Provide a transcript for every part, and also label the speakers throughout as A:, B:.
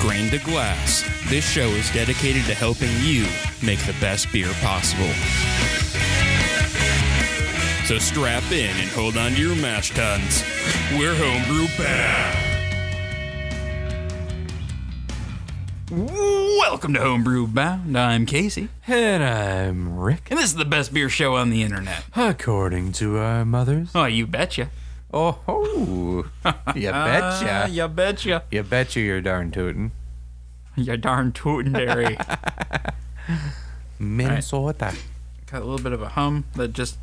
A: Grain to Glass. This show is dedicated to helping you make the best beer possible. So strap in and hold on to your mash tuns. We're Homebrew Bad. Welcome to Homebrew Bound. I'm Casey,
B: And I'm Rick,
A: and this is the best beer show on the internet.
B: according to our mothers.
A: Oh, you betcha.
B: Oh, ho. Uh, you
A: Ah,
B: betcha.
A: you betcha.
B: You betcha you're darn tootin'.
A: You darn tootin' dairy.
B: Minnesota.
A: Got a little bit of a hum that just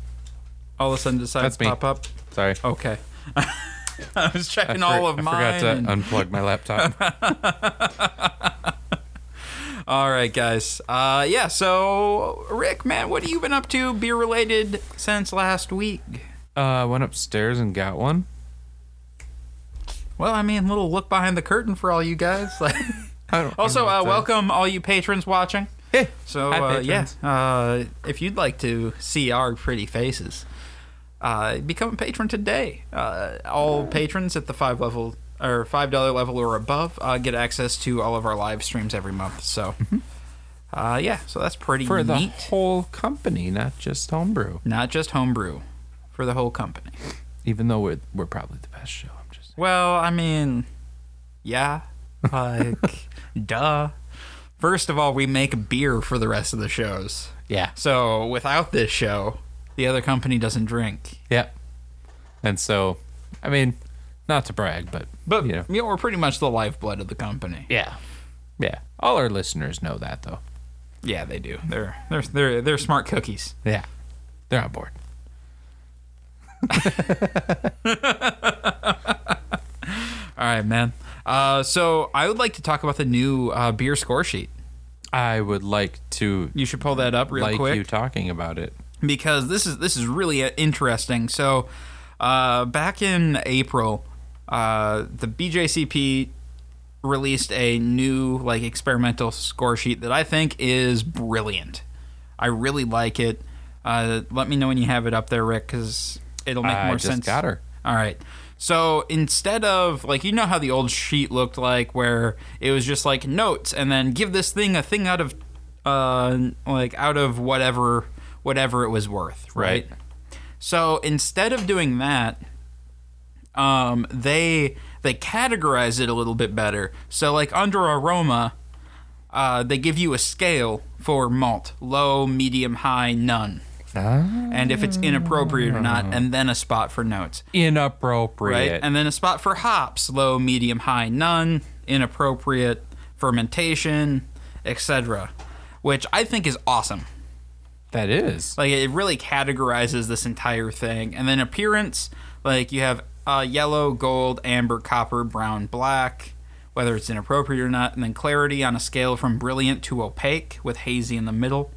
A: all of a sudden decides
B: That's
A: to
B: me.
A: pop up.
B: Sorry.
A: Okay. I was checking
B: I
A: all
B: for-
A: of
B: I
A: mine.
B: forgot to
A: and-
B: unplug my laptop.
A: all right, guys. Uh, yeah. So, Rick, man, what have you been up to beer related since last week?
B: uh, went upstairs and got one.
A: Well, I mean, little look behind the curtain for all you guys. Like,
B: I don't- I
A: also,
B: don't know
A: uh,
B: what to-
A: welcome all you patrons watching.
B: Hey,
A: So,
B: Hi,
A: uh, yeah,
B: patrons.
A: uh, if you'd like to see our pretty faces, uh, become a patron today. Uh, all patrons at the five level or five dollar level or above uh, get access to all of our live streams every month. So, uh, yeah, so that's pretty
B: Mm-hmm. for the
A: neat.
B: whole company, not just homebrew.
A: Not just homebrew, for the whole company.
B: Even though we're, we're probably the best show. I'm just.
A: Well, I mean, yeah, like, duh. First of all, we make beer for the rest of the shows.
B: Yeah.
A: So without this show, the other company doesn't drink.
B: Yeah. And so, I mean, not to brag, but
A: But
B: you
A: yeah,
B: know,
A: we're pretty much the lifeblood of the company.
B: yeah, yeah. All our listeners know that though.
A: Yeah, they do. They're they're they're they're smart cookies.
B: Yeah, they're on board.
A: All right, man. Uh, so I would like to talk about the new uh, beer score sheet.
B: I would like to
A: You should pull that up real
B: like
A: quick.
B: you talking about it.
A: because this is this is really uh, interesting. So, uh, back in April, uh, the BJCP released a new like experimental score sheet that I think is brilliant. I really like it. Uh, let me know when you have it up there, Rick, because it'll make
B: I
A: more
B: just
A: sense.
B: got her.
A: All right. So instead of like you know how the old sheet looked like where it was just like notes and then give this thing a thing out of uh like out of whatever whatever it was worth, right?
B: Right.
A: So instead of doing that, um they they categorize it a little bit better. So like under aroma, uh they give you a scale for malt, low, medium, high, none. And if it's inappropriate or not, and then a spot for notes right?
B: Inappropriate.
A: And then a spot for hops, low, medium, high, none, inappropriate, fermentation, etc., which I think is awesome.
B: that is.
A: Like it really categorizes this entire thing. And then appearance, like you have uh, yellow, gold, amber, copper, brown, black, whether it's inappropriate or not. And then clarity on a scale from brilliant to opaque, with hazy in the middle.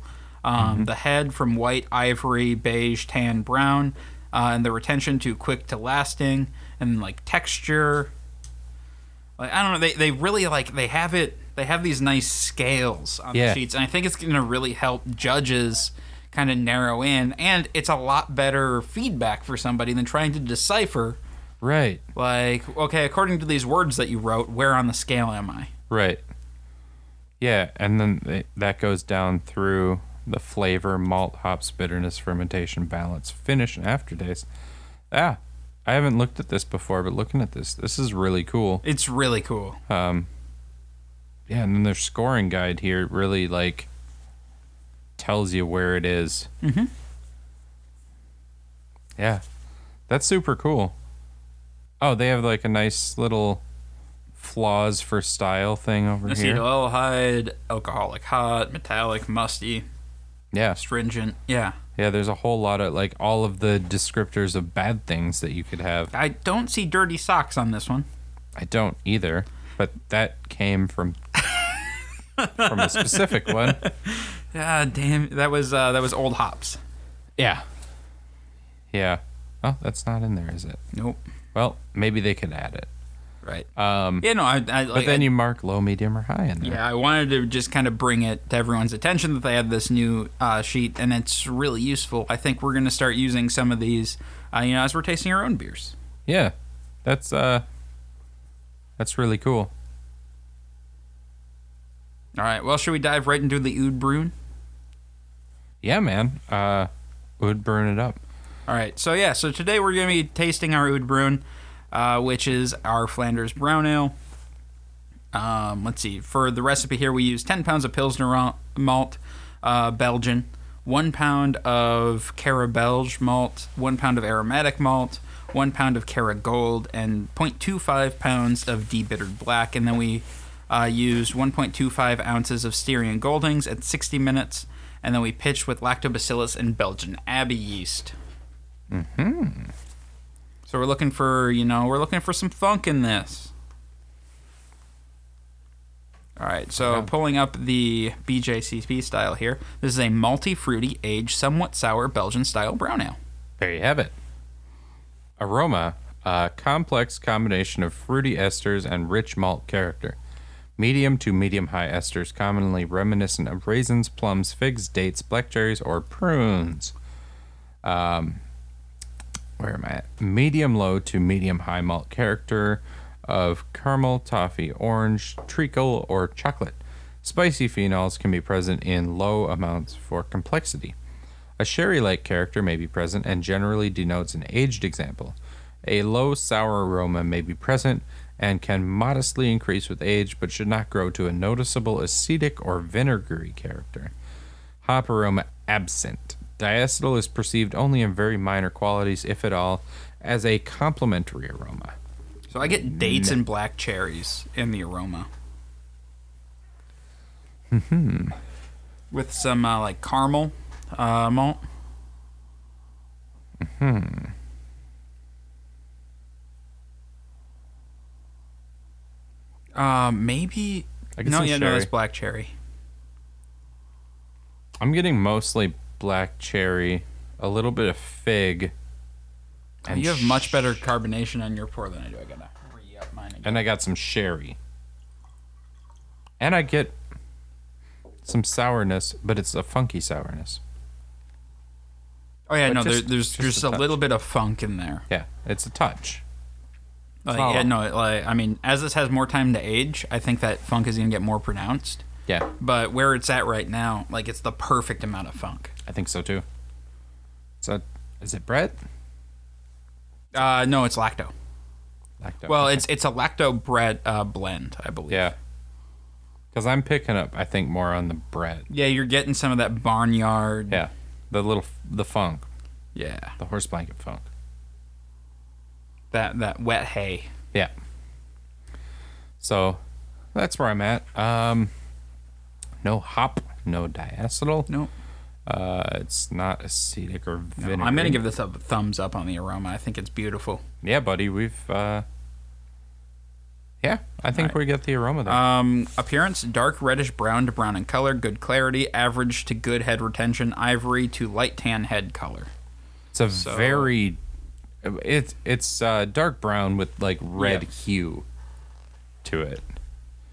A: Um, The head from white, ivory, beige, tan, brown, uh, and the retention to quick to lasting, and like texture. Like I don't know, they they really like they have it. They have these nice scales on
B: Yeah.
A: the sheets, and I think it's going to really help judges kind of narrow in. And it's a lot better feedback for somebody than trying to decipher.
B: right.
A: Like, okay, according to these words that you wrote, where on the scale am I?
B: Right. Yeah, and then they, that goes down through the flavor, malt, hops, bitterness, fermentation, balance, finish, and aftertaste. Ah, I haven't looked at this before, but looking at this, this is really cool.
A: It's really cool.
B: yeah, and then their scoring guide here really like tells you where it is. Mm-hmm. Yeah, that's super cool. Oh, they have like a nice little flaws for style thing over
A: Acetyl
B: here.
A: aldehyde, alcoholic hot, metallic, musty,
B: Yeah,
A: stringent. Yeah.
B: yeah. There's a whole lot of like all of the descriptors of bad things that you could have.
A: I don't see dirty socks on this one.
B: I don't either, but that came from from a specific one.
A: Ah, damn. That was uh, that was old hops.
B: Yeah. Yeah. Oh, that's not in there, is it?
A: Nope.
B: Well, maybe they could add it.
A: Right.
B: Um,
A: yeah, no, I, I like,
B: but then you mark low, medium, or high in there.
A: Yeah, I wanted to just kind of bring it to everyone's attention that they had this new uh, sheet, and it's really useful. I think we're going to start using some of these, uh, you know, as we're tasting our own beers.
B: Yeah. That's uh, that's really cool.
A: All right. Well, should we dive right into the Oud Brune?
B: Yeah, man. Uh, would burn it up.
A: All right. So yeah. So today we're gonna be tasting our Oud Brune, uh, which is our Flanders Brown Ale. Um, let's see. For the recipe here, we use 10 pounds of Pilsner ro- malt, uh, Belgian, one pound of Cara Belge malt, one pound of aromatic malt, one pound of Cara Gold, and 0.25 pounds of debittered black. And then we uh, used 1.25 ounces of Styrian Goldings at 60 minutes. And then we pitched with lactobacillus and Belgian Abbey yeast. Mm-hmm. So we're looking for, you know, we're looking for some funk in this. All right, so pulling up the BJCP style here. This is a multi fruity, aged, somewhat sour Belgian style brown ale.
B: There you have it. Aroma a complex combination of fruity esters and rich malt character. Medium to medium high esters, commonly reminiscent of raisins, plums, figs, dates, blackberries, or prunes. Um, where am I at? Medium low to medium high malt character of caramel, toffee, orange, treacle, or chocolate. Spicy phenols can be present in low amounts for complexity. A sherry like character may be present and generally denotes an aged example. A low sour aroma may be present and can modestly increase with age but should not grow to a noticeable acetic or vinegary character. Hop aroma absent. Diacetyl is perceived only in very minor qualities, if at all, as a complementary aroma.
A: So I get dates and black cherries in the aroma. Mm-hmm. With some uh, like caramel uh, malt. Mm-hmm. Uh, maybe.
B: I get
A: no,
B: some
A: yeah, no,
B: sherry.
A: it's black cherry.
B: I'm getting mostly black cherry, a little bit of fig. And
A: you have much better carbonation on your pour than I do. I gotta re up mine again.
B: and I got some sherry. And I get some sourness, but it's a funky sourness.
A: Oh yeah,
B: But
A: no, there,
B: just-
A: there's
B: just
A: just,
B: a
A: a
B: touch.
A: little bit of funk in there.
B: Yeah, it's a touch.
A: Like,
B: Follow.
A: yeah, no, it, like I mean, as this has more time to age, I think that funk is gonna get more pronounced.
B: Yeah,
A: But where it's at right now, like it's the perfect amount of funk.
B: I think so too. So, is it bread?
A: Uh, no, it's lacto.
B: Lacto.
A: Well, it's it's a lacto bread uh, blend, I believe.
B: yeah. Because I'm picking up, I think, more on the bread.
A: Yeah, you're getting some of that barnyard.
B: Yeah, the little, f- the funk,
A: Yeah.
B: the horse blanket funk.
A: That that wet hay.
B: Yeah. So, that's where I'm at. Um, no hop, no diacetyl.
A: Nope.
B: Uh, it's not acetic or
A: No,
B: vinegar.
A: I'm gonna give this a thumbs up on the aroma. I think it's beautiful.
B: Yeah, buddy, we've. uh Yeah, I think
A: Alright.
B: we get the aroma there.
A: Um, appearance dark reddish brown to brown in color, good clarity, average to good head retention, ivory to light tan head color.
B: it's a
A: so-
B: very. It's it's uh, dark brown with like red
A: Yeah.
B: hue to it.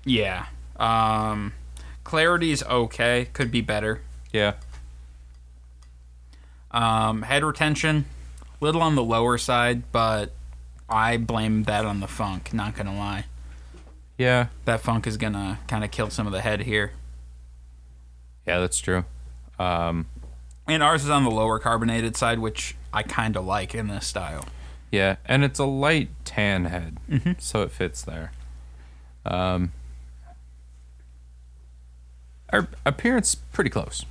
A: Yeah. Um, clarity's okay, could be better.
B: Yeah,
A: Um, head retention, little on the lower side, but I blame that on the funk. Not gonna lie,
B: yeah,
A: that funk is gonna kind of kill some of the head here.
B: yeah. That's true.
A: And ours is on the lower carbonated side, which I kind of like in this style.
B: Yeah, and it's a light tan head,
A: Mm-hmm.
B: so it fits there. Um, our appearance pretty close.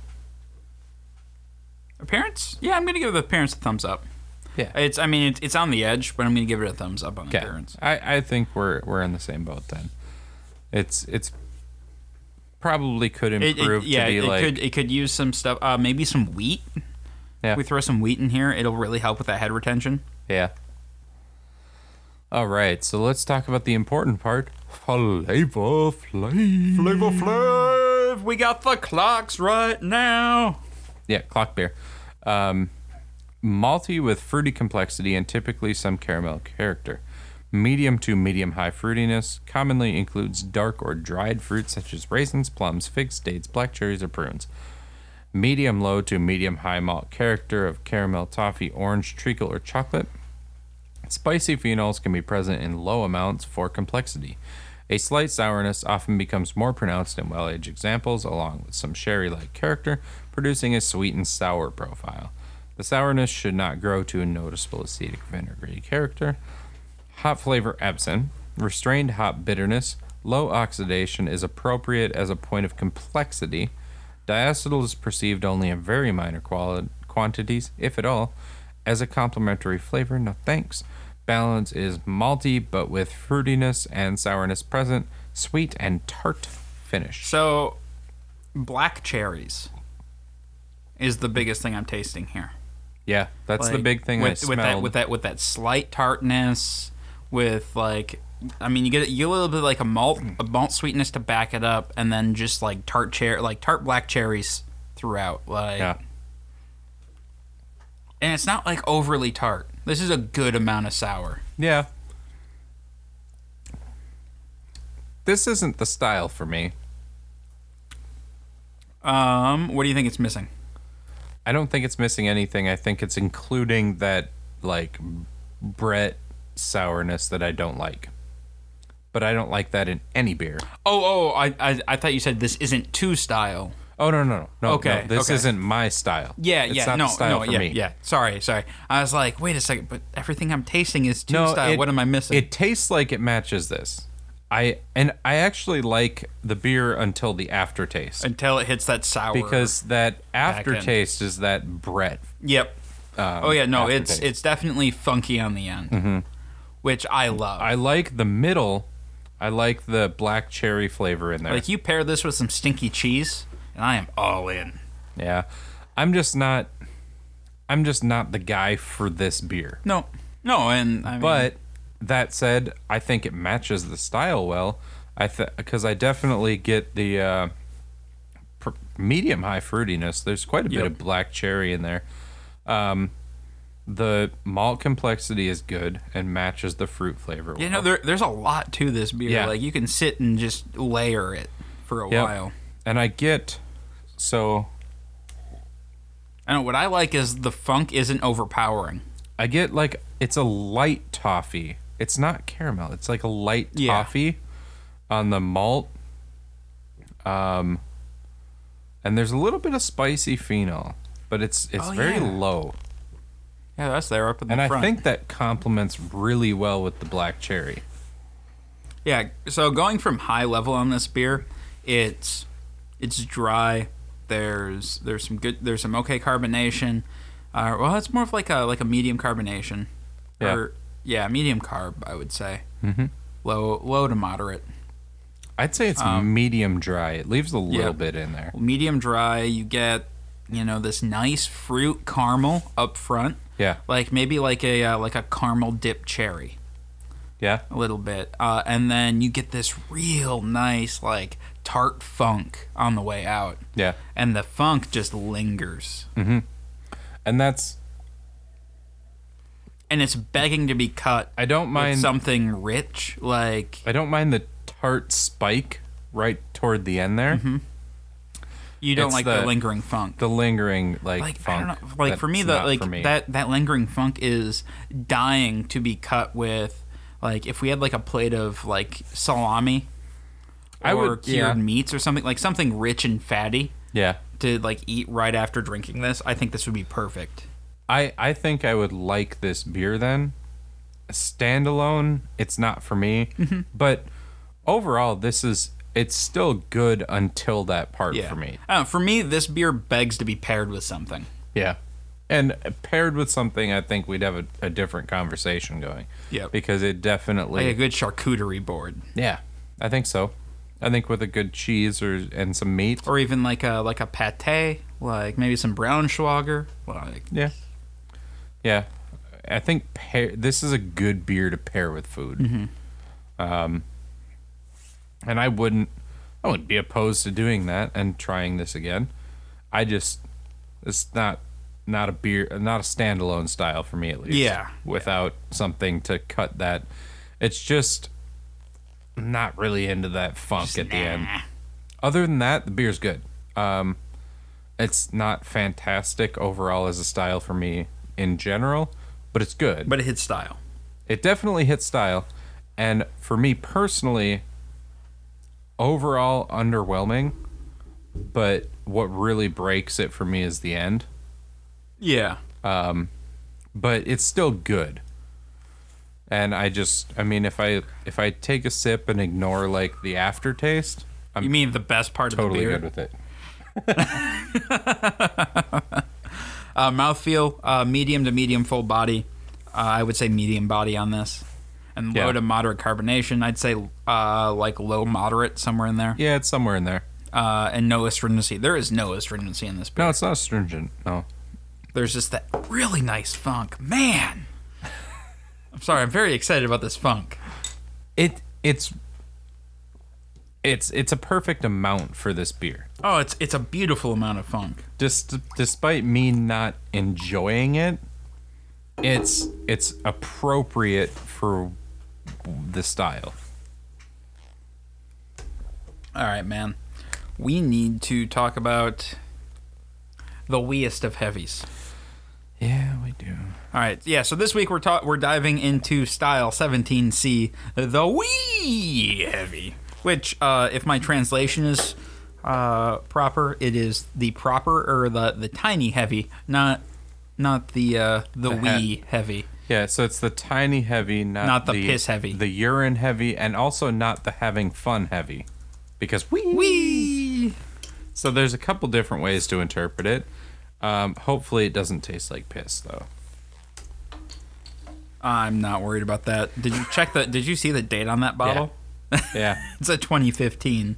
A: Appearance? Yeah, I'm gonna give the appearance a thumbs up.
B: Yeah.
A: It's I mean it's, it's on the edge, but I'm gonna give it a thumbs up on the
B: Okay.
A: appearance.
B: I, I think we're we're in the same boat then. It's it's probably could
A: It, it,
B: improve
A: yeah,
B: to be
A: it
B: like
A: could it could use some stuff. Uh, maybe some wheat.
B: yeah
A: We throw some wheat in here. It'll really help with that head retention.
B: yeah. All right, so let's talk about the important part. Flavor, flavor.
A: Flavor Flav, we got the clocks right now.
B: Yeah, clock beer. Um, malty with fruity complexity and typically some caramel character. Medium to medium high fruitiness commonly includes dark or dried fruits such as raisins, plums, figs, dates, black cherries, or prunes. Medium low to medium high malt character of caramel, toffee, orange, treacle, or chocolate. Spicy phenols can be present in low amounts for complexity. A slight sourness often becomes more pronounced in well aged examples, along with some sherry like character, producing a sweet and sour profile. The sourness should not grow to a noticeable acetic vinegary character. Hop flavor absent. Restrained hop bitterness. Low oxidation is appropriate as a point of complexity. Diacetyl is perceived only in very minor quali- quantities, if at all, as a complementary flavor. No thanks. Balance is malty, but with fruitiness and sourness present. Sweet and tart finish.
A: So, black cherries is the biggest thing I'm tasting here.
B: Yeah, that's the
A: Like,
B: big thing
A: with,
B: I
A: with that
B: smelled.
A: with that with that slight tartness, with like, I mean, you get you get a little bit like a malt a malt sweetness to back it up, and then just like tart cherry like tart black cherries throughout. Like,
B: yeah.
A: and it's not like overly tart. This is a good amount of sour.
B: Yeah. This isn't the style for me.
A: Um, what do you think it's missing?
B: I don't think it's missing anything. I think it's including that like Brett sourness that I don't like. But I don't like that in any beer.
A: Oh, oh, I, I, I thought you said this isn't two style.
B: Oh no no no no.
A: Okay,
B: no, this
A: okay.
B: isn't my style.
A: Yeah,
B: it's
A: yeah,
B: not
A: no,
B: the style
A: no,
B: for
A: yeah,
B: me.
A: yeah. Sorry, sorry. I was like, wait a second, but everything I'm tasting is two
B: No,
A: style.
B: it-
A: what am I missing?
B: It tastes like it matches this. I and I actually like the beer until the aftertaste
A: Until it hits that sour.
B: because that
A: end.
B: aftertaste is that Brett.
A: yep.
B: Um,
A: oh yeah, no, it's
B: aftertaste.
A: it's definitely funky on the end, which I love.
B: I like the middle. I like the black cherry flavor in there.
A: like you pair this with some stinky cheese, and I am all in.
B: yeah. I'm just not I'm just not the guy for this beer.
A: No, no, and I mean,
B: But that said, I think it matches the style well. I because I definitely get the uh, pr- medium high fruitiness. There's quite a bit
A: Yep.
B: of black cherry in there. Um, the malt complexity is good and matches the fruit flavor.
A: you
B: well.
A: know, there, there's a lot to this beer.
B: Yeah.
A: Like you can sit and just layer it for a
B: Yep.
A: while.
B: and I get so
A: And what I like is the funk isn't overpowering.
B: I get like it's a light toffee. It's not caramel. It's like a light
A: Yeah.
B: toffee on the malt. Um and there's a little bit of spicy phenol, but it's it's
A: Oh,
B: very
A: yeah.
B: low.
A: Yeah, that's there up in the
B: And I
A: front.
B: think that complements really well with the black cherry.
A: yeah. So going from high level on this beer, it's it's dry. There's there's some good there's some okay carbonation. Uh, well, it's more of like a like a medium carbonation.
B: Yeah.
A: Or yeah, medium carb I would say. Mm-hmm. Low low to moderate.
B: I'd say it's medium dry. It leaves a little
A: Um, yeah.
B: bit in there.
A: Medium dry. You get you know this nice fruit caramel up front.
B: Yeah.
A: Like maybe like a uh, like a caramel dip cherry.
B: Yeah.
A: a little bit, uh, and then you get this real nice like tart funk on the way out,
B: Yeah.
A: and the funk just lingers,
B: And that's
A: and it's begging to be cut.
B: I don't
A: with
B: mind
A: something rich, like
B: I don't mind the tart spike right toward the end there.
A: Mm-hmm. you don't
B: It's
A: like the,
B: the-
A: lingering funk.
B: The lingering like,
A: like
B: funk.
A: I don't know, like for me,
B: that's
A: the
B: not
A: like
B: for me.
A: that that lingering funk is dying to be cut with, like if we had like a plate of like salami. Or
B: I would-
A: cured
B: yeah.
A: meats or something like something rich and fatty
B: Yeah.
A: to like eat right after drinking this. I think this would be perfect.
B: I, I think I would like this beer then. Standalone, it's not for me.
A: Mm-hmm.
B: But overall, this is it's still good until that part for me.
A: I don't know, for me, this beer begs to be paired with something.
B: Yeah. And paired with something, I think we'd have a, a different conversation going.
A: Yep.
B: Because it
A: Like
B: definitely.
A: a good charcuterie board,
B: yeah. I think so. I think with a good cheese or and some meat.
A: or even like a like a pate, like maybe some Braunschweiger. Like
B: Yeah. Yeah. I think pair, this is a good beer to pair with food. Um,
A: Mm-hmm.
B: and I wouldn't, I wouldn't be opposed to doing that and trying this again. I just, it's not, not a beer, not a standalone style for me at least.
A: Yeah.
B: Without something to cut that, it's just not really into that funk at the end.
A: nah.
B: Other than that, the beer's good. Um, it's not fantastic overall as a style for me in general, but it's good.
A: but it hits style.
B: It definitely hits style. And for me personally, overall underwhelming, but what really breaks it for me is the end.
A: Yeah.
B: But it's still good. And I just, I mean, if I if I take a sip and ignore like the aftertaste, I'm
A: You mean the best part of the
B: totally
A: beer?
B: good with it.
A: Uh, mouthfeel, uh, medium to medium full body. Uh, I would say medium body on this. And low
B: Yeah.
A: to moderate carbonation. I'd say uh, like low moderate somewhere in there.
B: Yeah, it's somewhere in there.
A: Uh, and no astringency. There is no astringency in this beer.
B: No, it's not stringent. No.
A: There's just that really nice funk. Man. I'm sorry. I'm very excited about this funk.
B: It it's it's it's a perfect amount for this beer.
A: Oh, it's it's a beautiful amount of funk.
B: Just despite me not enjoying it, it's it's appropriate for the style.
A: All right, man. We need to talk about the weest of heavies.
B: Yeah, we do.
A: All right, yeah. So this week we're ta- we're diving into style 17C, the wee heavy, which, uh, if my translation is uh, proper, it is the proper or the the tiny heavy, not not the uh, the,
B: hat.
A: wee heavy.
B: Yeah, so it's the tiny heavy, not,
A: Not the piss heavy.
B: the urine heavy, and also not the having fun heavy, because we
A: Wee.
B: So there's a couple different ways to interpret it. Um, hopefully, it doesn't taste like piss though.
A: I'm not worried about that. Did you check the? Did you see the date on that bottle?
B: Yeah,
A: It's a 2015.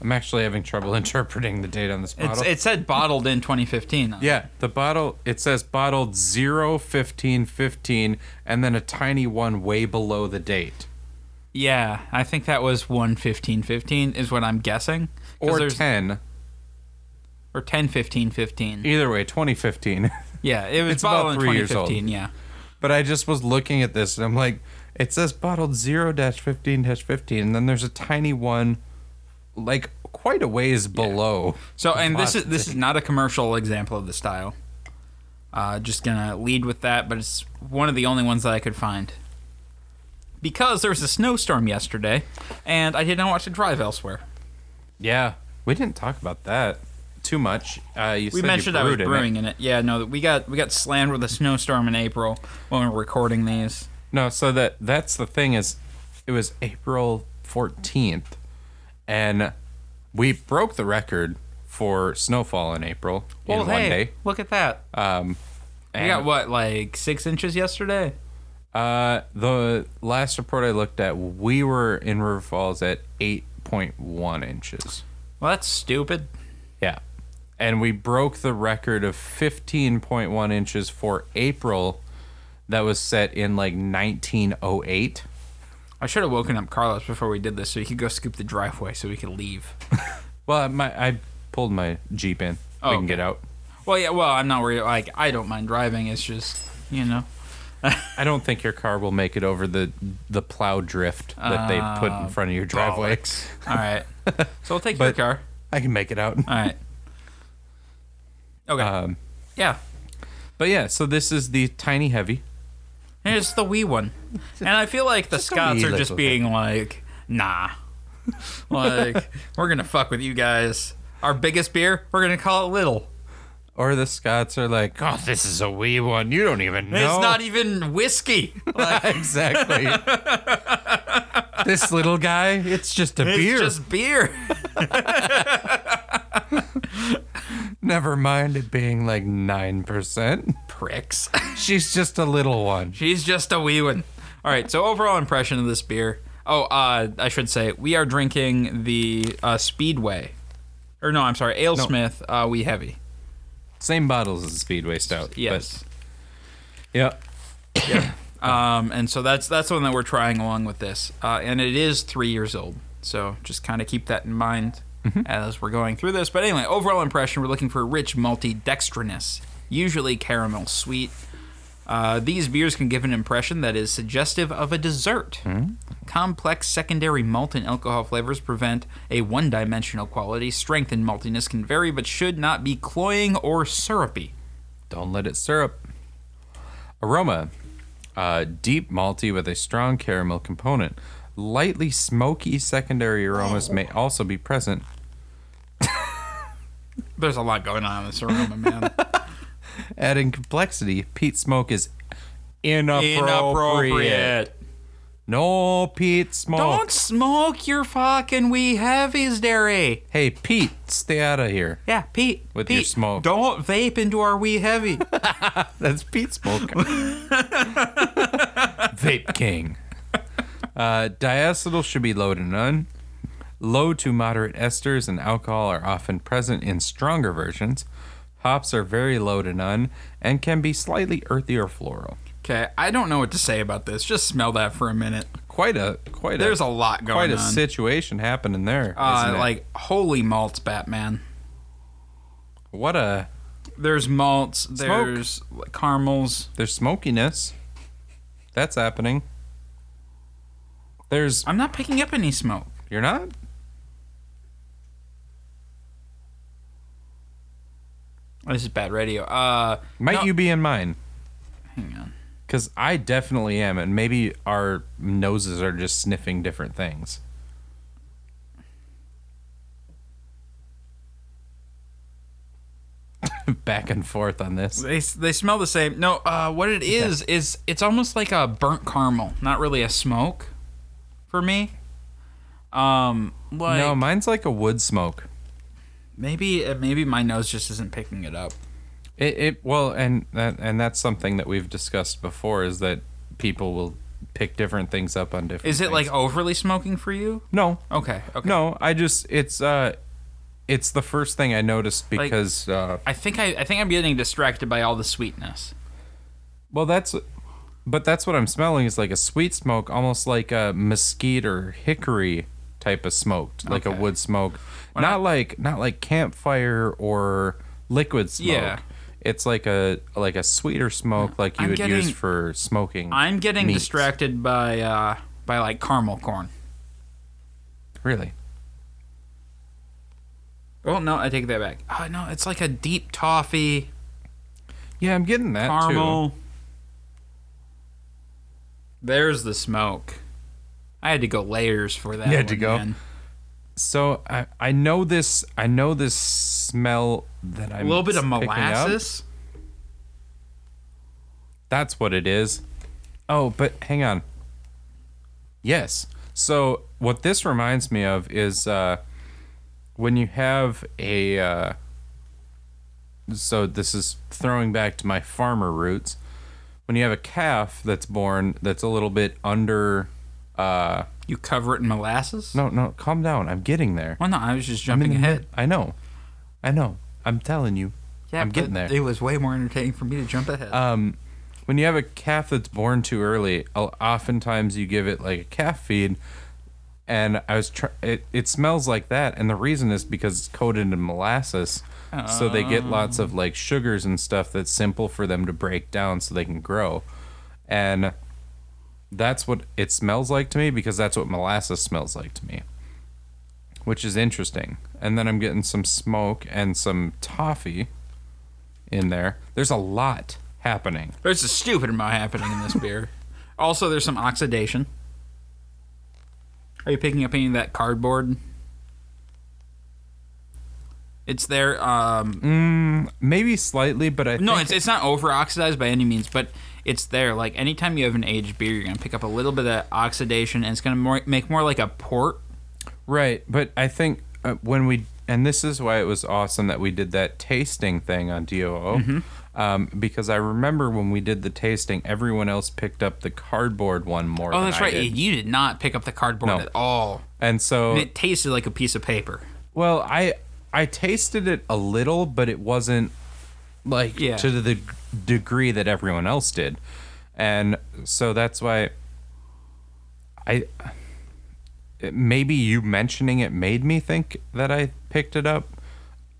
B: I'm actually having trouble interpreting the date on this
A: It's,
B: bottle.
A: it said bottled in 2015. on it.
B: yeah, the bottle it says bottled 0 15 15 and then a tiny one way below the date.
A: Yeah, I think that was 11515 is what I'm guessing. 'Cause
B: Or
A: there's-
B: 10.
A: or 10 15 15.
B: Either way, 2015.
A: Yeah, it was
B: It's about
A: bottled in
B: three years
A: 2015, yeah.
B: but I just was looking at this and I'm like it says bottled 0 15 15 and then there's a tiny one like quite a ways below.
A: So and this is this is not a commercial example of the style. Uh, just gonna lead with that, but it's one of the only ones that I could find. Because there was a snowstorm yesterday, and I didn't want to drive elsewhere.
B: Yeah, we didn't talk about that too much. Uh, you
A: We
B: said you
A: mentioned I was
B: brewed in it.
A: brewing in it. Yeah, no, we got we got slammed with a snowstorm in April when we were recording these.
B: No, so that that's the thing is, it was April fourteenth, and we broke the record for snowfall in April in one day. Um,
A: look at that. Uh, we
B: And,
A: got what, like six inches yesterday?
B: Uh, the last report I looked at, we were in River Falls at eight point one inches.
A: Well, that's stupid.
B: Yeah. And we broke the record of 15.1 inches for April that was set in like 1908.
A: I should have woken up Carlos before we did this so he could go scoop the driveway so we could leave.
B: Well, my, I pulled my Jeep in.
A: Oh,
B: we can get
A: okay.
B: out.
A: well, yeah, well, I'm not worried. Like, I don't mind driving. It's just, you know.
B: I don't think your car will make it over the the plow drift that they put
A: Ah,
B: in front of your driveway.
A: All right. So we'll take your
B: But-
A: car.
B: I can make it out.
A: All right. Okay.
B: Um,
A: yeah.
B: but yeah, so this is the tiny heavy.
A: And it's the wee one. And I feel like the
B: just a
A: Scots
B: wee
A: are just
B: little
A: being like, nah. like, we're going to fuck with you guys. Our biggest beer, we're going to call it little.
B: Or the Scots are like, oh, this is a wee one. You don't even know.
A: It's not e-, even whiskey. Like,
B: exactly. this little guy, it's just a beer.
A: It's just beer.
B: Never mind it being like 9%.
A: Pricks.
B: She's just a little one.
A: She's just a wee one. All right. So overall impression of this beer. Oh, uh, I should say we are drinking the uh, Speedway, or no, I'm sorry, AleSmith uh, Wee Heavy.
B: Same bottles as the Speedway Stout. but-
A: Yes.
B: yep.
A: Um, and so that's that's the one that we're trying along with this, uh, and it is three years old. So just kind of keep that in mind as we're going through this. But anyway, overall impression: we're looking for rich, multi-dextrinous, usually caramel sweet. Uh, these beers can give an impression that is suggestive of a dessert. Complex secondary malt and alcohol flavors prevent a one-dimensional quality. Strength and maltiness can vary, but should not be cloying or syrupy.
B: Don't let it syrup. Aroma. Uh, deep malty with a strong caramel component. Lightly smoky secondary aromas may also be present.
A: There's a lot going on in this aroma, man.
B: Adding complexity, peat smoke is inappropriate. No peat smoke.
A: Don't smoke your fucking wee heavies, Derry.
B: Hey, Pete, stay out of here.
A: Yeah, Pete.
B: With
A: Pete,
B: your smoke.
A: Don't vape into our wee heavy.
B: That's Pete Smoke. Vape King. Uh, diacetyl should be low to none. Low to moderate esters and alcohol are often present in stronger versions. Hops are very low to none and can be slightly earthy or floral.
A: okay, I don't know what to say about this. Just smell that for a minute.
B: Quite a quite
A: There's
B: a,
A: a lot going
B: quite a
A: on.
B: situation happening there.
A: uh,
B: isn't it?
A: like holy malts, Batman.
B: what a
A: There's malts. There's caramels.
B: there's smokiness. That's happening. There's
A: I'm not picking up any smoke.
B: You're not?
A: This is bad radio. Uh,
B: Might
A: No.
B: you be in mine?
A: hang on.
B: Because I definitely am, and maybe our noses are just sniffing different things. Back and forth on this.
A: They they smell the same. No, uh, what it is is it's almost like a burnt caramel, not really a smoke, for me. Um, like
B: no, mine's like a wood smoke.
A: maybe uh, maybe my nose just isn't picking it up.
B: It, it well, and that, and that's something that we've discussed before is that people will pick different things up on different.
A: Is it like
B: things.
A: overly smoking for you?
B: no,
A: Okay, okay.
B: no? I just it's uh, it's the first thing I noticed because uh,
A: I think I, I think I'm getting distracted by all the sweetness.
B: Well, that's, but that's what I'm smelling is like a sweet smoke, almost like a mesquite or hickory type of smoke, like
A: Okay.
B: a wood smoke. not like not like campfire or liquid smoke.
A: Yeah.
B: It's like a like a sweeter smoke, like you
A: I'm
B: would use
A: getting-
B: for smoking.
A: I'm getting
B: meats.
A: distracted by uh by like caramel corn.
B: Really,
A: Oh no, I take that back. Oh no, it's like a deep toffee
B: yeah, I'm getting that
A: caramel. There's the smoke. I had to go layers for that.
B: You had to
A: one,
B: go?
A: man.
B: too. So I I know this I know this smell that
A: a
B: I'm
A: little bit of
B: picking up.
A: molasses.
B: That's what it is. Oh, but hang on. Yes. So what this reminds me of is uh, when you have a. Uh, so this is throwing back to my farmer roots. When you have a calf that's born that's a little bit under. Uh,
A: You cover it in molasses.
B: no, no, calm down. I'm getting there.
A: Well, no, I was just
B: I'm in
A: jumping
B: the
A: ahead.
B: mid- I know. I know. I'm telling you. I'm
A: but
B: getting there.
A: It was way more entertaining for me to jump ahead.
B: um, when you have a calf that's born too early, o- oftentimes you give it like a calf feed, and I was try- it, it smells like that, and the reason is because it's coated in molasses, so they get lots of like sugars and stuff that's simple for them to break down so they can grow, and that's what it smells like to me because that's what molasses smells like to me. Which is interesting. And then I'm getting some smoke and some toffee in there. There's a lot happening.
A: There's a stupid amount happening in this beer. Also, there's some oxidation. Are you picking up any of that cardboard? It's there. Um,
B: Mm, Maybe slightly, but I
A: no,
B: think
A: it's, it's not over oxidized by any means, but it's there. Like anytime you have an aged beer, you're gonna pick up a little bit of oxidation, and it's gonna more, make more like a port.
B: right. But I think uh, when we and this is why it was awesome that we did that tasting thing on DOO,
A: Mm-hmm.
B: um, because I remember when we did the tasting, everyone else picked up the cardboard one more.
A: Oh,
B: than
A: that's
B: I
A: right.
B: did.
A: You did not pick up the cardboard
B: No.
A: at all.
B: And so
A: And it tasted like a piece of paper.
B: Well, I I tasted it a little, but it wasn't like
A: Yeah.
B: to the degree that everyone else did. And so that's why I it- maybe you mentioning it made me think that I picked it up.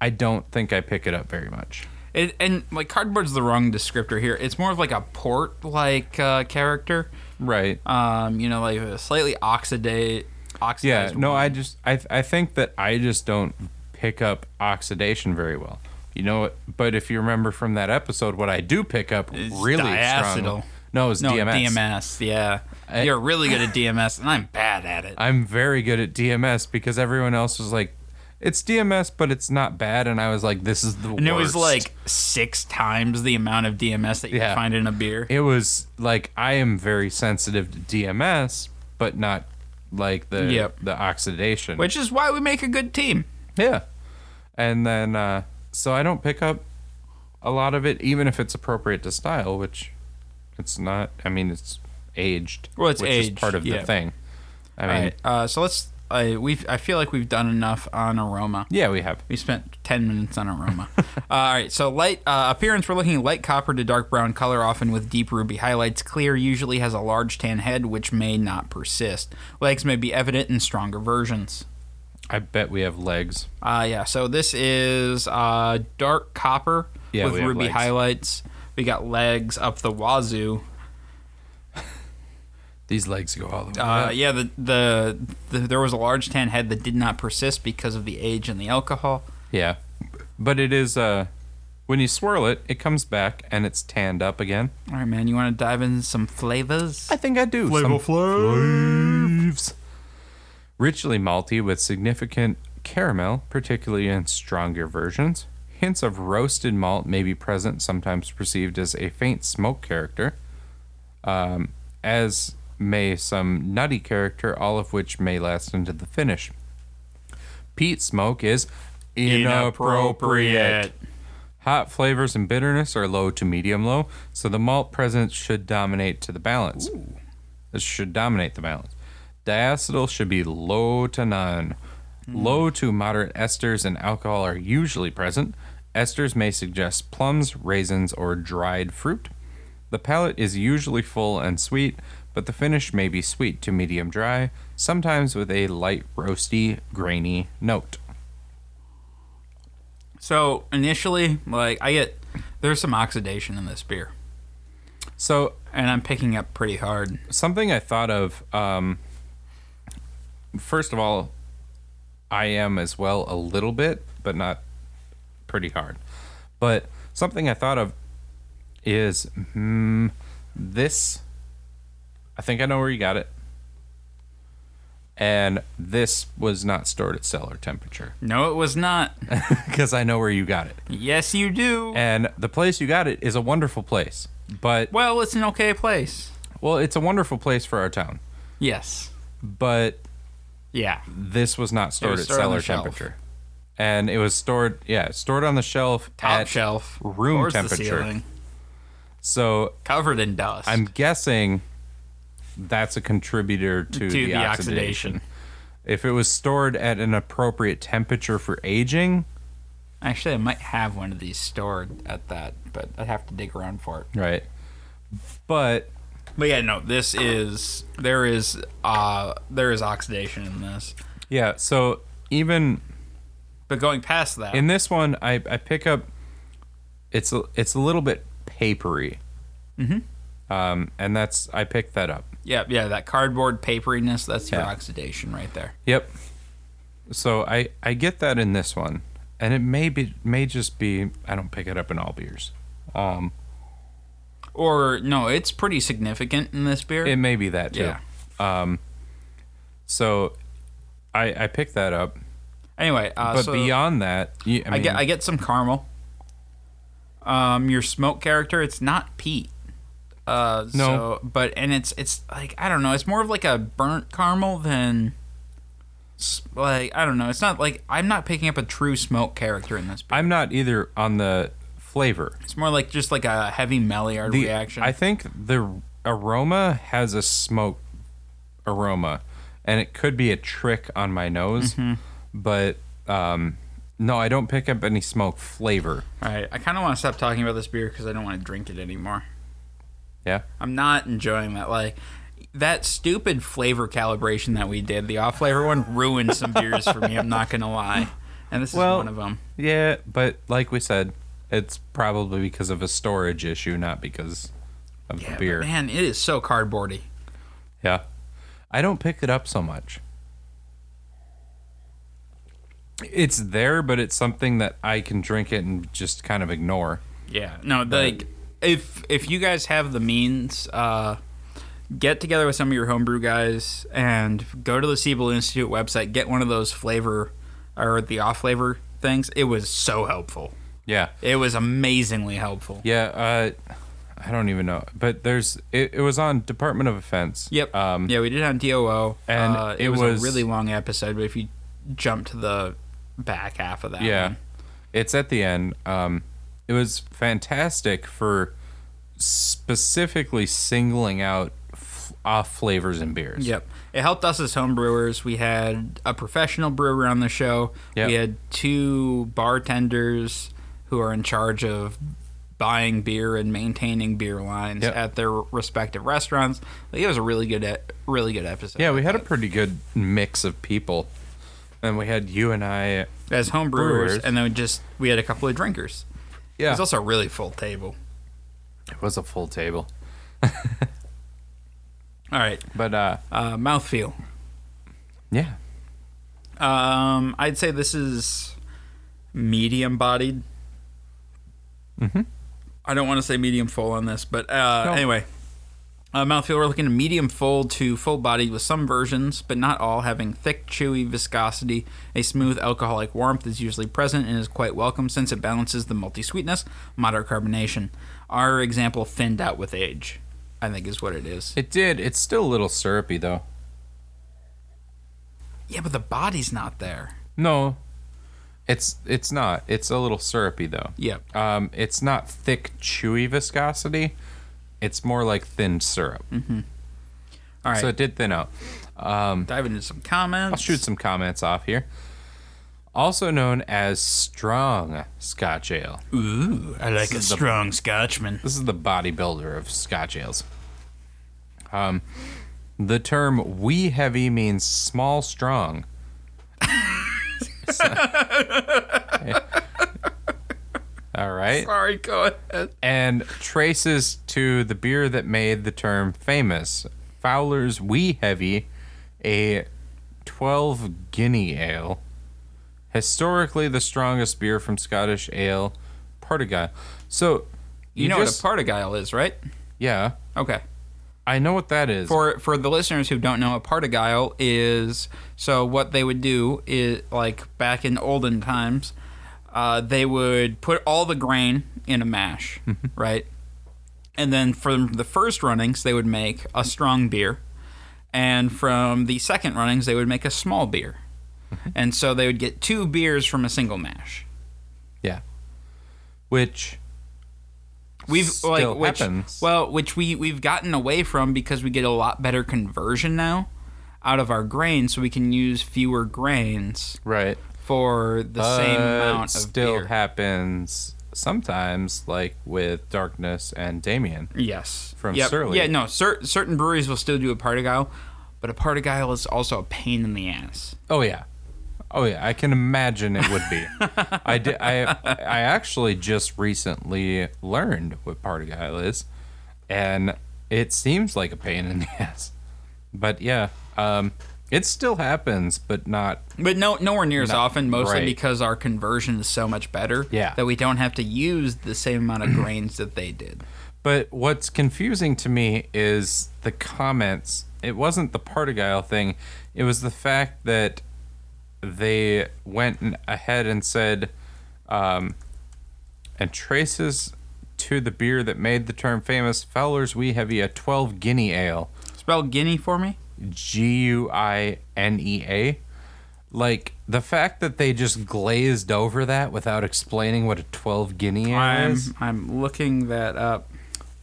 B: I don't think I pick it up very much.
A: It, and like cardboard's the wrong descriptor here. It's more of like a port like uh, character.
B: Right.
A: Um, you know, like a slightly oxidate
B: yeah,
A: oxidized.
B: no, I just I I think that I just don't pick up oxidation very well. You know, what? but if you remember from that episode, what I do pick up
A: Is
B: really
A: diacetyl.
B: strongly. No, it's
A: no
B: DMS.
A: DMS. Yeah,
B: I-
A: You're really good at DMS, and I'm bad at it.
B: I'm very good at DMS because everyone else was like, it's DMS, but it's not bad. And I was like, this is the worst.
A: and it was like six times the amount of DMS that you could
B: Yeah.
A: find in a beer.
B: it was like, I am very sensitive to DMS, but not like the
A: Yep.
B: the oxidation.
A: Which is why we make a good team.
B: yeah. And then, uh, so I don't pick up a lot of it, even if it's appropriate to style, which it's not. I mean, it's aged.
A: Well, it's
B: which
A: aged,
B: is part of
A: yeah.
B: the thing. I mean,
A: All right. Uh, so let's. I we I feel like we've done enough on aroma.
B: yeah, we have.
A: We spent ten minutes on aroma. uh, all right. So light uh, appearance. We're looking light copper to dark brown color, often with deep ruby highlights. Clear usually has a large tan head, which may not persist. Legs may be evident in stronger versions.
B: I bet we have legs.
A: Uh, yeah, so this is uh, dark copper
B: Yeah,
A: with
B: we have
A: ruby
B: legs.
A: highlights. We got legs up the wazoo.
B: These legs go all the way.
A: Uh,
B: up.
A: yeah, the, the the there was a large tan head that did not persist because of the age and the alcohol.
B: Yeah. But it is uh when you swirl it, it comes back and it's tanned up again.
A: All right, man, you want to dive in some flavors?
B: I think I do.
A: Flavor
B: flaves. Richly malty with significant caramel, particularly in stronger versions. Hints of roasted malt may be present, sometimes perceived as a faint smoke character, um, as may some nutty character, all of which may last into the finish. Peat smoke is inappropriate. Hot flavors and bitterness are low to medium low, so the malt presence should dominate to the balance. This should dominate the balance. Diacetyl should be low to none. Low to moderate esters and alcohol are usually present. Esters may suggest plums, raisins, or dried fruit. The palate is usually full and sweet, but the finish may be sweet to medium dry, sometimes with a light roasty, grainy note.
A: So initially, like I get, there's some oxidation in this beer,
B: So
A: and I'm picking up pretty hard.
B: something I thought of. Um, first of all, I am as well a little bit, but not pretty hard. But something I thought of is mm, this. I think I know where you got it. And this was not stored at cellar temperature
A: No, it was not.
B: because I know where you got it.
A: yes, you do.
B: And the place you got it is a wonderful place. But,
A: well, it's an okay place.
B: well, it's a wonderful place for our town.
A: Yes.
B: But
A: Yeah.
B: this was not stored
A: was
B: at
A: stored on
B: cellar
A: the shelf.
B: temperature. And it was stored, yeah, stored on the shelf
A: Top
B: at
A: shelf.
B: room
A: towards the
B: temperature.
A: ceiling,
B: So
A: covered in dust.
B: I'm guessing that's a contributor to, the, oxidation. If it was stored at an appropriate temperature for aging,
A: Actually, I might have one of these stored at that, but I'd have to dig around for it.
B: right? But
A: But yeah, no, this is there is uh there is oxidation in this.
B: yeah, so even
A: But going past that,
B: in this one, I, I pick up it's a, it's a little bit papery. Mm-hmm. Um, and that's I picked that up.
A: yeah, yeah, that cardboard paperiness, that's your
B: Yeah.
A: oxidation right there.
B: Yep. So I I get that in this one, and it may be may just be I don't pick it up in all beers. Um,
A: Or no, it's pretty significant in this beer.
B: it may be that too.
A: Yeah.
B: Um, so I I pick that up,
A: anyway, uh,
B: but
A: so
B: beyond that, you, I,
A: I,
B: mean,
A: get I get some caramel. Um, your smoke character, it's not peat. Uh,
B: No.
A: so, but and it's it's like I don't know, it's more of like a burnt caramel than s- like I don't know. It's not like I'm not picking up a true smoke character in this. Beer.
B: I'm not either on the flavor.
A: It's more like just like a heavy Maillard
B: The
A: reaction.
B: I think the aroma has a smoke aroma, and it could be a trick on my nose, but um, no, I don't pick up any smoke flavor.
A: All right, I kind of want to stop talking about this beer because I don't want to drink it anymore.
B: Yeah.
A: I'm not enjoying that. Like that stupid flavor calibration that we did, the off flavor one ruined some beers for me. I'm not gonna lie, and this
B: Well-
A: is one of them.
B: Yeah, but like we said, it's probably because of a storage issue, not because of
A: Yeah,
B: the
A: but
B: beer.
A: man, it is so cardboardy.
B: Yeah. I don't pick it up so much. It's there, but it's something that I can drink it and just kind of ignore.
A: Yeah, no, like if if you guys have the means, uh, get together with some of your homebrew guys and go to the Siebel Institute website, get one of those flavor or the off flavor things. It was so helpful.
B: Yeah.
A: It was amazingly helpful.
B: Yeah. Uh, I don't even know, but there's it, it was on Department of Offense.
A: Yep.
B: Um,
A: yeah, we did it on DOO.
B: and
A: Uh, it,
B: it
A: was,
B: was-
A: a really long episode, but if you jump to the back half of that,
B: Yeah,
A: one-
B: it's at the end. Um, it was fantastic for specifically singling out f- off flavors and beers.
A: Yep. It helped us as home brewers. We had a professional brewer on the show.
B: Yep.
A: We had two bartenders who are in charge of buying beer and maintaining beer lines
B: Yep.
A: at their respective restaurants. Like, it was a really good, e- really good episode.
B: Yeah, we had a pretty good mix of people, and we had you and I.
A: as home brewers,
B: Brewers. Ah.
A: and then we just we had a couple of drinkers. It
B: Yeah,
A: was also a really full table.
B: it was a full table.
A: All right,
B: But uh,
A: uh, mouthfeel.
B: yeah,
A: Um, I'd say this is medium bodied. Mm-hmm. I don't want to say medium full on this, but uh,
B: Mm-hmm. No.
A: anyway, uh, mouthfeel we're looking to medium full to full bodied with some versions, but not all, having thick, chewy viscosity. A smooth alcoholic warmth is usually present and is quite welcome since it balances the multi sweetness, moderate carbonation. Our example thinned out with age, I think is what it is.
B: it did. It's still a little syrupy though.
A: yeah, but the body's not there.
B: No, it's it's not. It's a little syrupy though.
A: Yep.
B: Um, it's not thick, chewy viscosity. It's more like thin syrup.
A: All right.
B: So it did thin out.
A: dive into some comments.
B: I'll shoot some comments off here. Also known as strong Scotch ale.
A: Ooh, I like a
B: is the-
A: strong Scotchman.
B: This is the bodybuilder of Scotch ales. Um, the term "wee heavy" means small, strong. All right.
A: Sorry, go ahead.
B: and traces to the beer that made the term famous Fowler's Wee Heavy, a 12 guinea ale. Historically, the strongest beer from Scottish ale, Partygyle. So,
A: You, know
B: just-
A: what a partaguile is, right?
B: Yeah,
A: Okay.
B: I know what that is.
A: For for the listeners who don't know, a partaguile is so what they would do is like back in olden times, uh, they would put all the grain in a mash, right? And then from the first runnings, they would make a strong beer, and from the second runnings, they would make a small beer, and so they would get two beers from a single mash.
B: yeah. Which
A: we've
B: still
A: like which
B: happens.
A: well which we we've gotten away from because we get a lot better conversion now out of our grain so we can use fewer grains
B: right.
A: for the same amount of
B: uh, still
A: beer.
B: happens sometimes, like with Darkness and Damien.
A: yes
B: from
A: yep.
B: Surly.
A: yeah no cer- certain breweries will still do a partaguile but a partaguile is also a pain in the ass
B: Oh yeah. Oh yeah, I can imagine it would be. I did. I I actually just recently learned what partaguile is, and it seems like a pain in the ass. But yeah, um, it still happens, but not.
A: but no nowhere near as often mostly
B: right.
A: because our conversion is so much better
B: Yeah.
A: that we don't have to use the same amount of grains that they did
B: But what's confusing to me is the comments. It wasn't the partaguile thing. It was the fact that they went n- ahead and said, um, and traces to the beer that made the term famous, Fowler's Wee Heavy, a 12 guinea ale,
A: spell guinea for me
B: G U I N E A. Like the fact that they just glazed over that without explaining what a 12 guinea ale
A: i'm
B: is.
A: i'm looking that up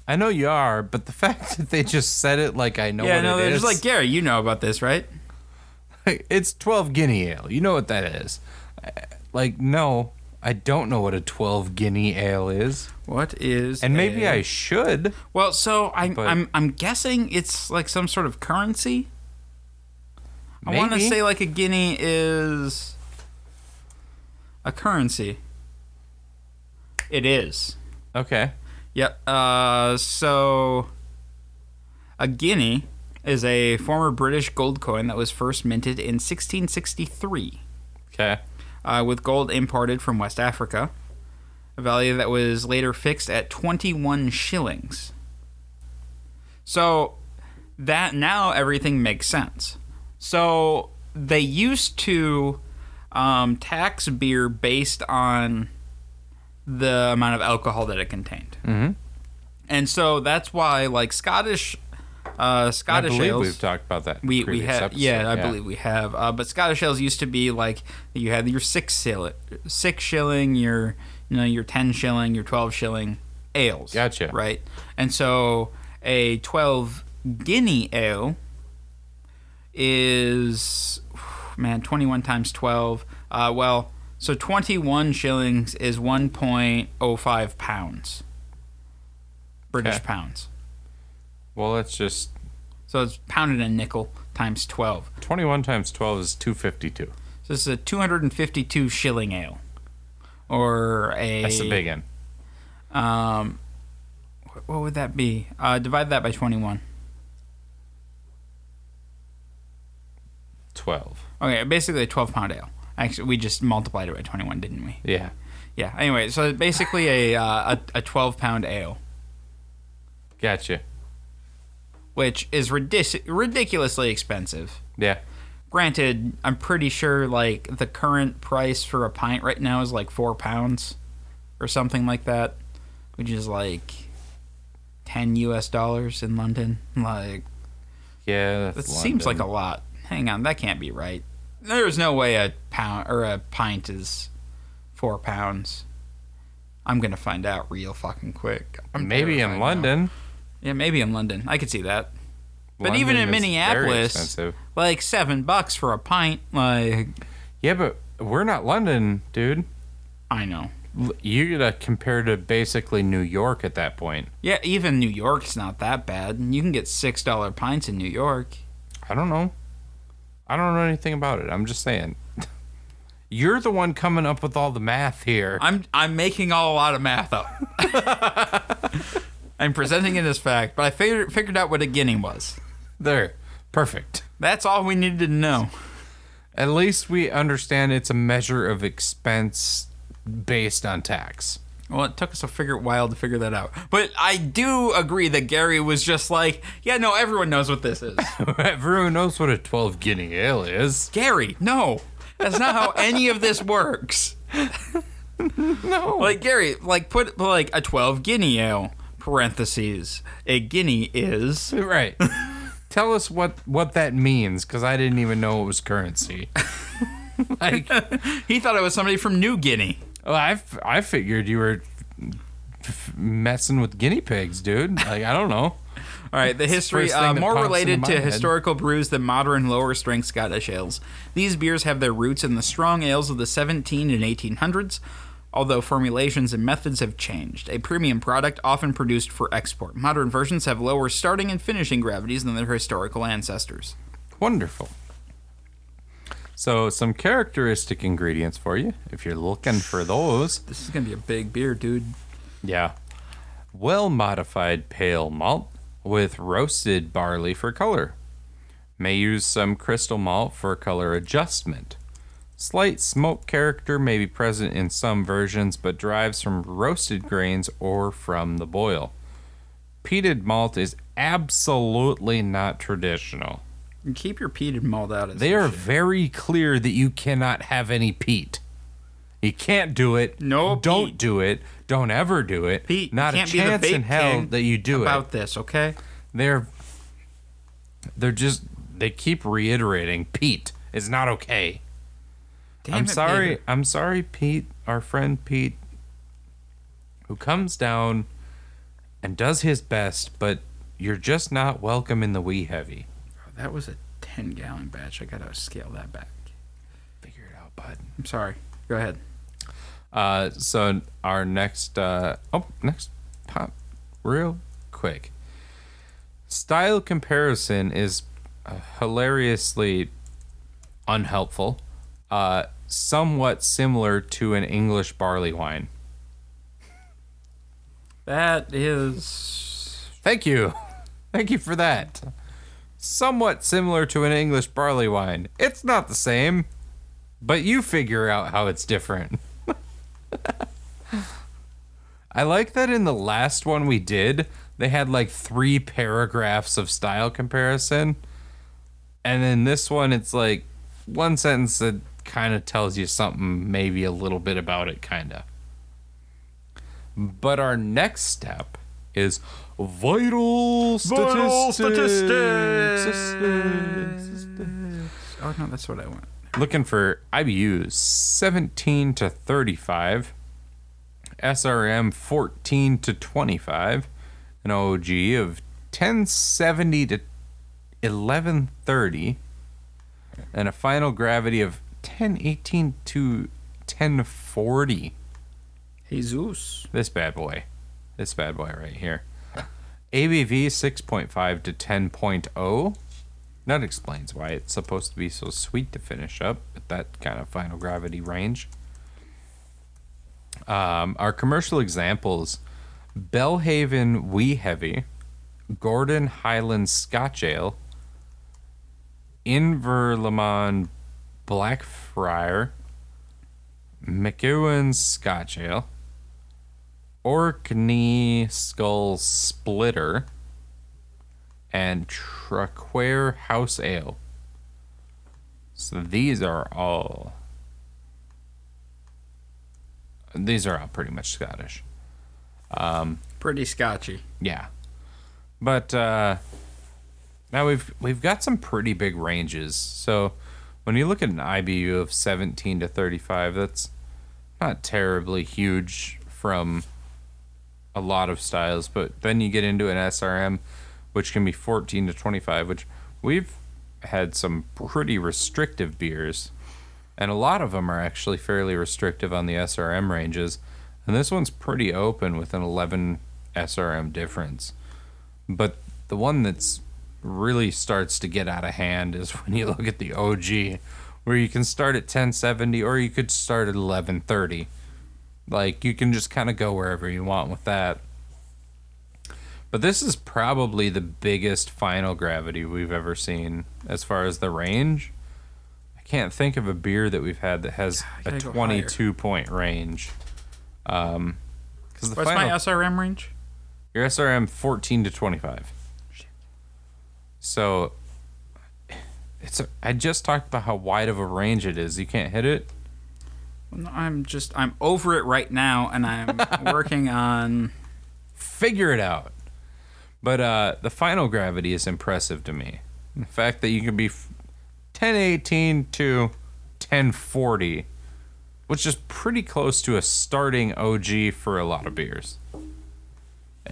B: I know you are, but the fact that they just said it like I know
A: Yeah,
B: what
A: no,
B: it
A: they're
B: is.
A: just like, Gary, you know about this, right?
B: like it's 12 guinea ale. You know what that is. I- Like no, I don't know what a 12 guinea ale is.
A: What is
B: And maybe
A: I
B: I should.
A: Well, so I
B: But-
A: I'm I'm guessing it's like some sort of currency. I want to
B: Maybe.
A: say like a guinea is a currency. It is.
B: Okay.
A: Yep. Uh so a guinea is a former British gold coin that was first minted in 1663.
B: Okay.
A: uh, with gold imported from West Africa, a value that was later fixed at 21 shillings. So that now everything makes sense. So they used to um, tax beer based on the amount of alcohol that it contained, mm-hmm. and so that's why like Scottish uh,
B: I
A: Scottish
B: believe
A: ales.
B: we've talked about that. in
A: we, we
B: previous
A: have
B: episode.
A: yeah, I believe we have. Uh, but Scottish ales used to be like you had your six shilling, six shilling, your you know your ten shilling, your twelve shilling ales.
B: Gotcha.
A: Right, and so a twelve guinea ale is man twenty one times twelve. Uh, well, so twenty one shillings is one point oh five pounds, British
B: Okay.
A: pounds.
B: Well, that's just
A: So it's pounded in nickel times twelve.
B: 21 times 12 is 252.
A: So this is a 252 shilling ale, or a.
B: That's the big end.
A: Um, wh- what would that be? Uh, divide that by 21.
B: 12.
A: Okay, basically a 12 pound ale. Actually, we just multiplied it by 21, didn't we?
B: Yeah.
A: Yeah. Anyway, so basically a uh, a, a 12 pound ale,
B: Gotcha.
A: which is ridic- ridiculously expensive.
B: Yeah.
A: Granted, I'm pretty sure like the current price for a pint right now is like four pounds, or something like that, which is like ten U.S. dollars in London. Like
B: Yeah. That's
A: that seems like
B: London.
A: a lot. Hang on, that can't be right. There's no way a pound or a pint is four pounds. I'm gonna find out real fucking quick. I'm
B: Maybe
A: terrified
B: in
A: now.
B: London.
A: Yeah, maybe in London. I could see that. But even in
B: London is very
A: Minneapolis,
B: expensive.
A: like seven bucks for a pint. Like
B: Yeah, but we're not London, dude.
A: I know.
B: L- You gotta compare to basically New York at that point.
A: Yeah, even New York's not that bad. You can get six dollar pints in New York.
B: I don't know. I don't know anything about it. I'm just saying. You're the one coming up with all the math here.
A: I'm I'm making a lot of math up. I'm presenting it as fact, but I figured figured out what a guinea was.
B: There. Perfect.
A: That's all we needed to know.
B: At least we understand it's a measure of expense based on tax.
A: Well, it took us a figure while to figure that out. But I do agree that Gary was just like, yeah, no, everyone knows what this is.
B: Everyone knows what a 12 guinea ale is.
A: Gary, no. That's not how any of this works.
B: No.
A: Like Gary, like put like a 12 guinea ale parentheses. A guinea is
B: right. Tell us what what that means cuz I didn't even know it was currency. like
A: He thought it was somebody from New Guinea.
B: well, I f- I figured you were f- messing with guinea pigs, dude. Like I don't know.
A: All right, the history
B: first thing
A: uh,
B: that
A: more
B: pops
A: related
B: into
A: to
B: my head.
A: historical brews than modern lower strength Scottish ales. These beers have their roots in the strong ales of the 17 and 1800s, although formulations and methods have changed. A premium product often produced for export. Modern versions have lower starting and finishing gravities than their historical ancestors.
B: Wonderful. So, some characteristic ingredients for you if you're looking for those.
A: This is gonna be a big beer, dude.
B: Yeah. Well modified pale malt with roasted barley for color. May use some crystal malt for color adjustment. Slight smoke character may be present in some versions, but derives from roasted grains or from the boil. Peated malt is absolutely not traditional.
A: And keep your peated malt out of
B: They are very clear that you cannot have any peat. You can't do it.
A: No
B: Don't
A: peat.
B: do it. Don't ever do it.
A: Pete, you
B: Not a
A: can't be the
B: chance
A: bait
B: in hell
A: king
B: that you do it.
A: about this, okay?
B: They're they're just they keep reiterating Pete is not okay.
A: Damn
B: I'm
A: it,
B: sorry.
A: Peter.
B: I'm sorry, Pete, our friend Pete, who comes down and does his best, but you're just not welcome in the wee heavy.
A: That was a 10 gallon batch. I gotta scale that back.
B: Figure it out, bud.
A: I'm sorry. Go ahead.
B: Uh, so our next uh, oh next pop real quick style comparison is uh, hilariously unhelpful uh, somewhat similar to an english barley wine
A: That is.
B: thank you thank you for that somewhat similar to an english barley wine it's not the same but you figure out how it's different I like that in the last one we did, they had like three paragraphs of style comparison. And then this one, it's like one sentence that kind of tells you something, maybe a little bit about it, kind of. But our next step is vital,
A: Vital
B: statistics.
A: statistics.
B: Statistics.
A: Oh no, that's what I want.
B: Looking for IBUs 17 to 35, SRM 14 to 25, an OG of 1070 to 1130, and a final gravity of 1018 to 1040.
A: Jesus.
B: This bad boy. This bad boy right here. ABV 6.5 to 10.0. That explains why it's supposed to be so sweet to finish up at that kind of final gravity range. Um, our commercial examples Bellhaven Wee Heavy, Gordon Highland Scotch Ale, Inverlemon Blackfriar, McEwen Scotch Ale, Orkney Skull Splitter and Traquair House Ale. So these are all. These are all pretty much Scottish.
A: Pretty scotchy.
B: Yeah. But uh now we've we've got some pretty big ranges. So when you look at an IBU of 17 to 35, that's not terribly huge from a lot of styles, but then you get into an SRM which can be 14 to 25, which we've had some pretty restrictive beers. And a lot of them are actually fairly restrictive on the SRM ranges. And this one's pretty open with an 11 SRM difference. But the one that's really starts to get out of hand is when you look at the OG, where you can start at 1070 or you could start at 1130. Like you can just kind of go wherever you want with that. But this is probably the biggest final gravity we've ever seen as far as the range. I can't think of a beer that we've had that has
A: I
B: a
A: gotta go higher.
B: 22 point range. Um, because the
A: What's
B: final
A: my SRM range?
B: your SRM 14 to 25. So it's a, I just talked about how wide of a range it is. You can't hit it.
A: No, I'm just I'm over it right now, and I'm working on.
B: Figure it out. But uh, the final gravity is impressive to me. The fact that you can be f- 1018 to 1040, which is pretty close to a starting OG for a lot of beers.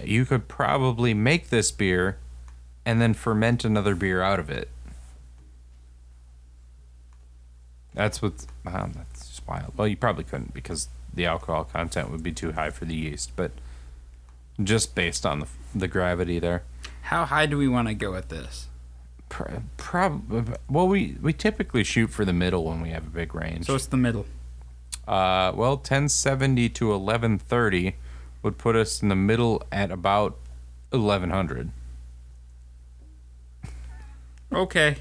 B: You could probably make this beer and then ferment another beer out of it. That's what. Wow, that's just wild. Well, you probably couldn't because the alcohol content would be too high for the yeast, but just based on the, the gravity there.
A: How high do we want to go with this?
B: Pro- prob- well, we, we typically shoot for the middle when we have a big range.
A: So it's the middle.
B: uh, well, 1070 to 1130 would put us in the middle at about 1100.
A: Okay.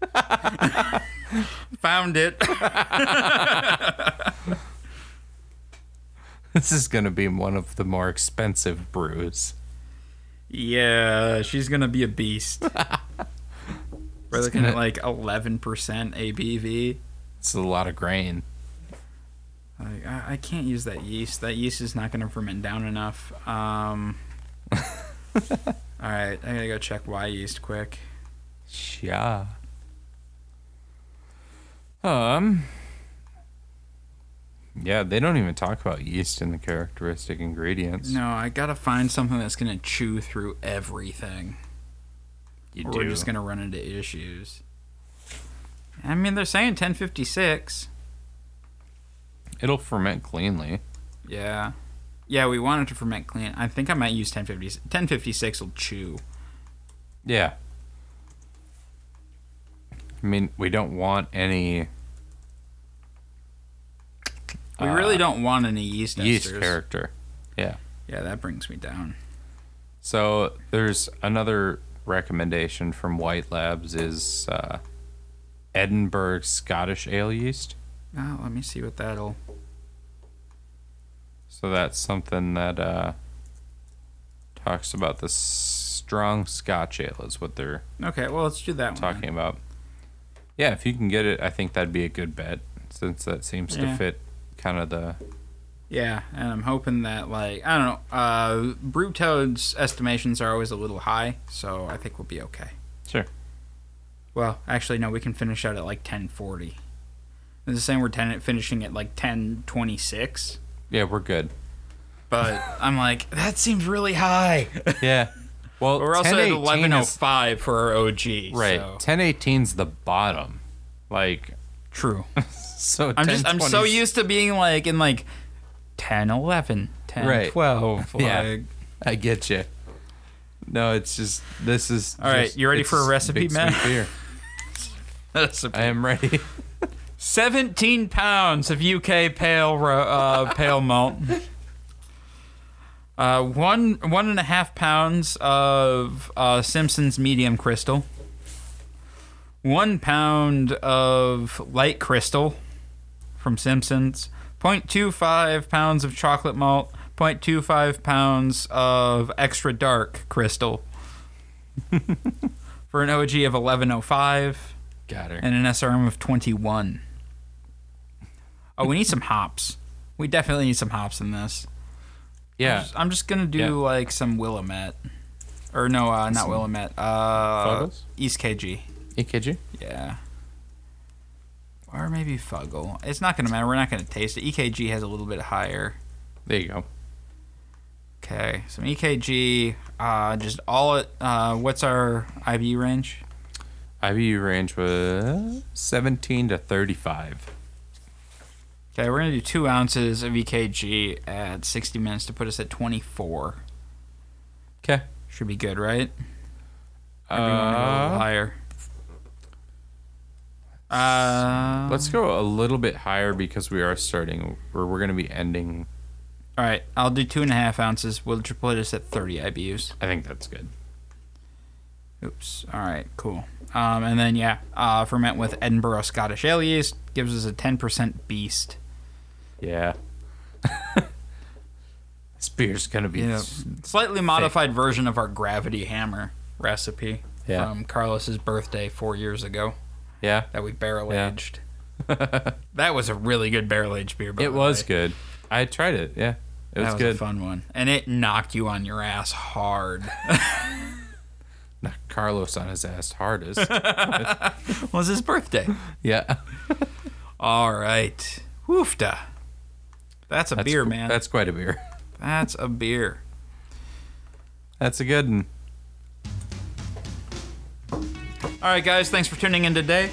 A: Found it.
B: This is going to be one of the more expensive brews.
A: Yeah, she's gonna be a beast. We're
B: It's
A: looking at
B: gonna-
A: like eleven percent ABV.
B: It's a lot of grain.
A: Like, I, I can't use that yeast. That yeast is not gonna ferment down enough. Um. all right, I gotta go check Y yeast quick.
B: Yeah. Um. Yeah, they don't even talk about yeast in the characteristic ingredients.
A: No, I gotta find something that's gonna chew through everything.
B: you
A: Or we're just gonna run into issues. I mean, they're saying 1056.
B: It'll ferment cleanly.
A: Yeah. Yeah, we wanted to ferment clean. I think I might use 1050. 1056 will chew.
B: Yeah. I mean, we don't want any
A: We really don't want any yeast esters.
B: Uh, yeast character. Yeah.
A: Yeah, that brings me down.
B: So there's another recommendation from White Labs is uh, Edinburgh
A: Ah,
B: Scottish ale yeast.
A: Oh, let me see what that'll.
B: So that's something that uh, talks about the strong Scotch ale is what they're
A: Okay, well let's do that one.
B: talking about. Yeah, if you can get it, I think that'd be a good bet since that seems
A: Yeah.
B: to fit kind of the
A: Yeah, and I'm hoping that like I don't know, uh Brewtoad's estimations are always a little high, so I think we'll be okay.
B: sure.
A: Well, actually no, we can finish out at like 10:40. Is it saying we're 10 finishing at like 10:26?
B: Yeah, we're good.
A: But I'm like that seems really high.
B: Yeah. Well,
A: But we're also at
B: 11 is,
A: 11:05 for our OG.
B: right.
A: so-
B: 1018's the bottom. Like
A: True.
B: so
A: I'm just I'm so
B: 1020 's-
A: used to being like in like 10 11 10
B: Right.
A: 12
B: Yeah.
A: like-
B: I get you. No, it's just this is
A: All right,
B: just-
A: you ready
B: it's
A: for a recipe,
B: big
A: Matt?
B: sweet beer.
A: That's a-
B: I am ready.
A: 17 pounds of UK pale ro- uh, pale malt. Uh, one one and a half pounds of uh, Simpson's medium crystal. One pound of light crystal from Simpsons. 0.25 pounds of chocolate malt. 0.25 pounds of extra dark crystal. For an OG of 1105
B: Got her.
A: and an SRM of 21. Oh, we need some hops. We definitely need some hops in this. I'm
B: yeah.
A: just, I'm just gonna do
B: Yeah.
A: like some Willamette, or no, uh, not Willamette. Uh,
B: Fuggles?
A: East KG.
B: EKG?
A: Yeah. Or maybe Fuggle. It's not gonna matter. We're not gonna taste it. EKG has a little bit higher.
B: There you go.
A: Okay, some EKG. Uh, just all. At, uh, what's our IBU range?
B: IBU range was 17 to 35.
A: Okay, we're gonna do two ounces of EKG at 60 minutes to put us at 24.
B: Okay.
A: Should be good, right? Or do you wanna go a little
B: Uh,
A: higher. Uh,
B: let's go a little bit higher because we are starting, or we're going to be ending.
A: All right, I'll do two and a half ounces. We'll triple us at 30 IBUs.
B: I think that's good.
A: Oops. All right, cool. Um, and then yeah, uh, ferment with Edinburgh Scottish ale yeast gives us a 10% beast.
B: Yeah. this beer's going to be.
A: Yeah, slightly modified version of our gravity hammer recipe
B: Yeah.
A: from Carlos's birthday four years ago.
B: Yeah.
A: that we barrel
B: Yeah.
A: aged. that was a really good barrel aged beer. By the
B: It was
A: way.
B: good. I tried it. Yeah. It
A: That
B: was,
A: was a
B: good.
A: fun one, and it knocked you on your ass hard.
B: Knocked Carlos on his ass hardest.
A: was his birthday.
B: yeah.
A: All right, woofda. That's a
B: That's,
A: beer, man. That's
B: That's quite a beer.
A: that's a beer.
B: That's a good one.
A: All right, guys, thanks for tuning in today.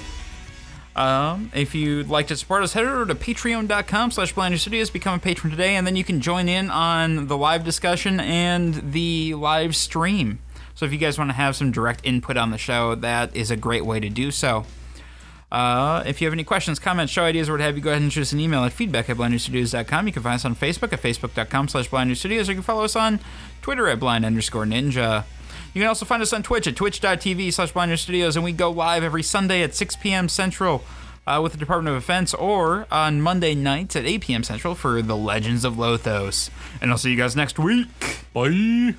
A: Um, if you'd like to support us, head over to patreon.com slash Blinder Studios, become a patron today, and then you can join in on the live discussion and the live stream. So if you guys want to have some direct input on the show, that is a great way to do so. Uh, if you have any questions, comments, show ideas, or what have you, go ahead and shoot us an email at feedback at blindnewstudios.com. You can find us on Facebook at facebook.com slash blindnewstudios, or you can follow us on Twitter at blind underscore ninja. You can also find us on Twitch at twitch.tv slash blindnewstudios, and we go live every Sunday at 6 p.m. Central uh, with the Department of Defense, or on Monday nights at 8 p.m. Central for the Legends of Lothos. And I'll see you guys next week. Bye.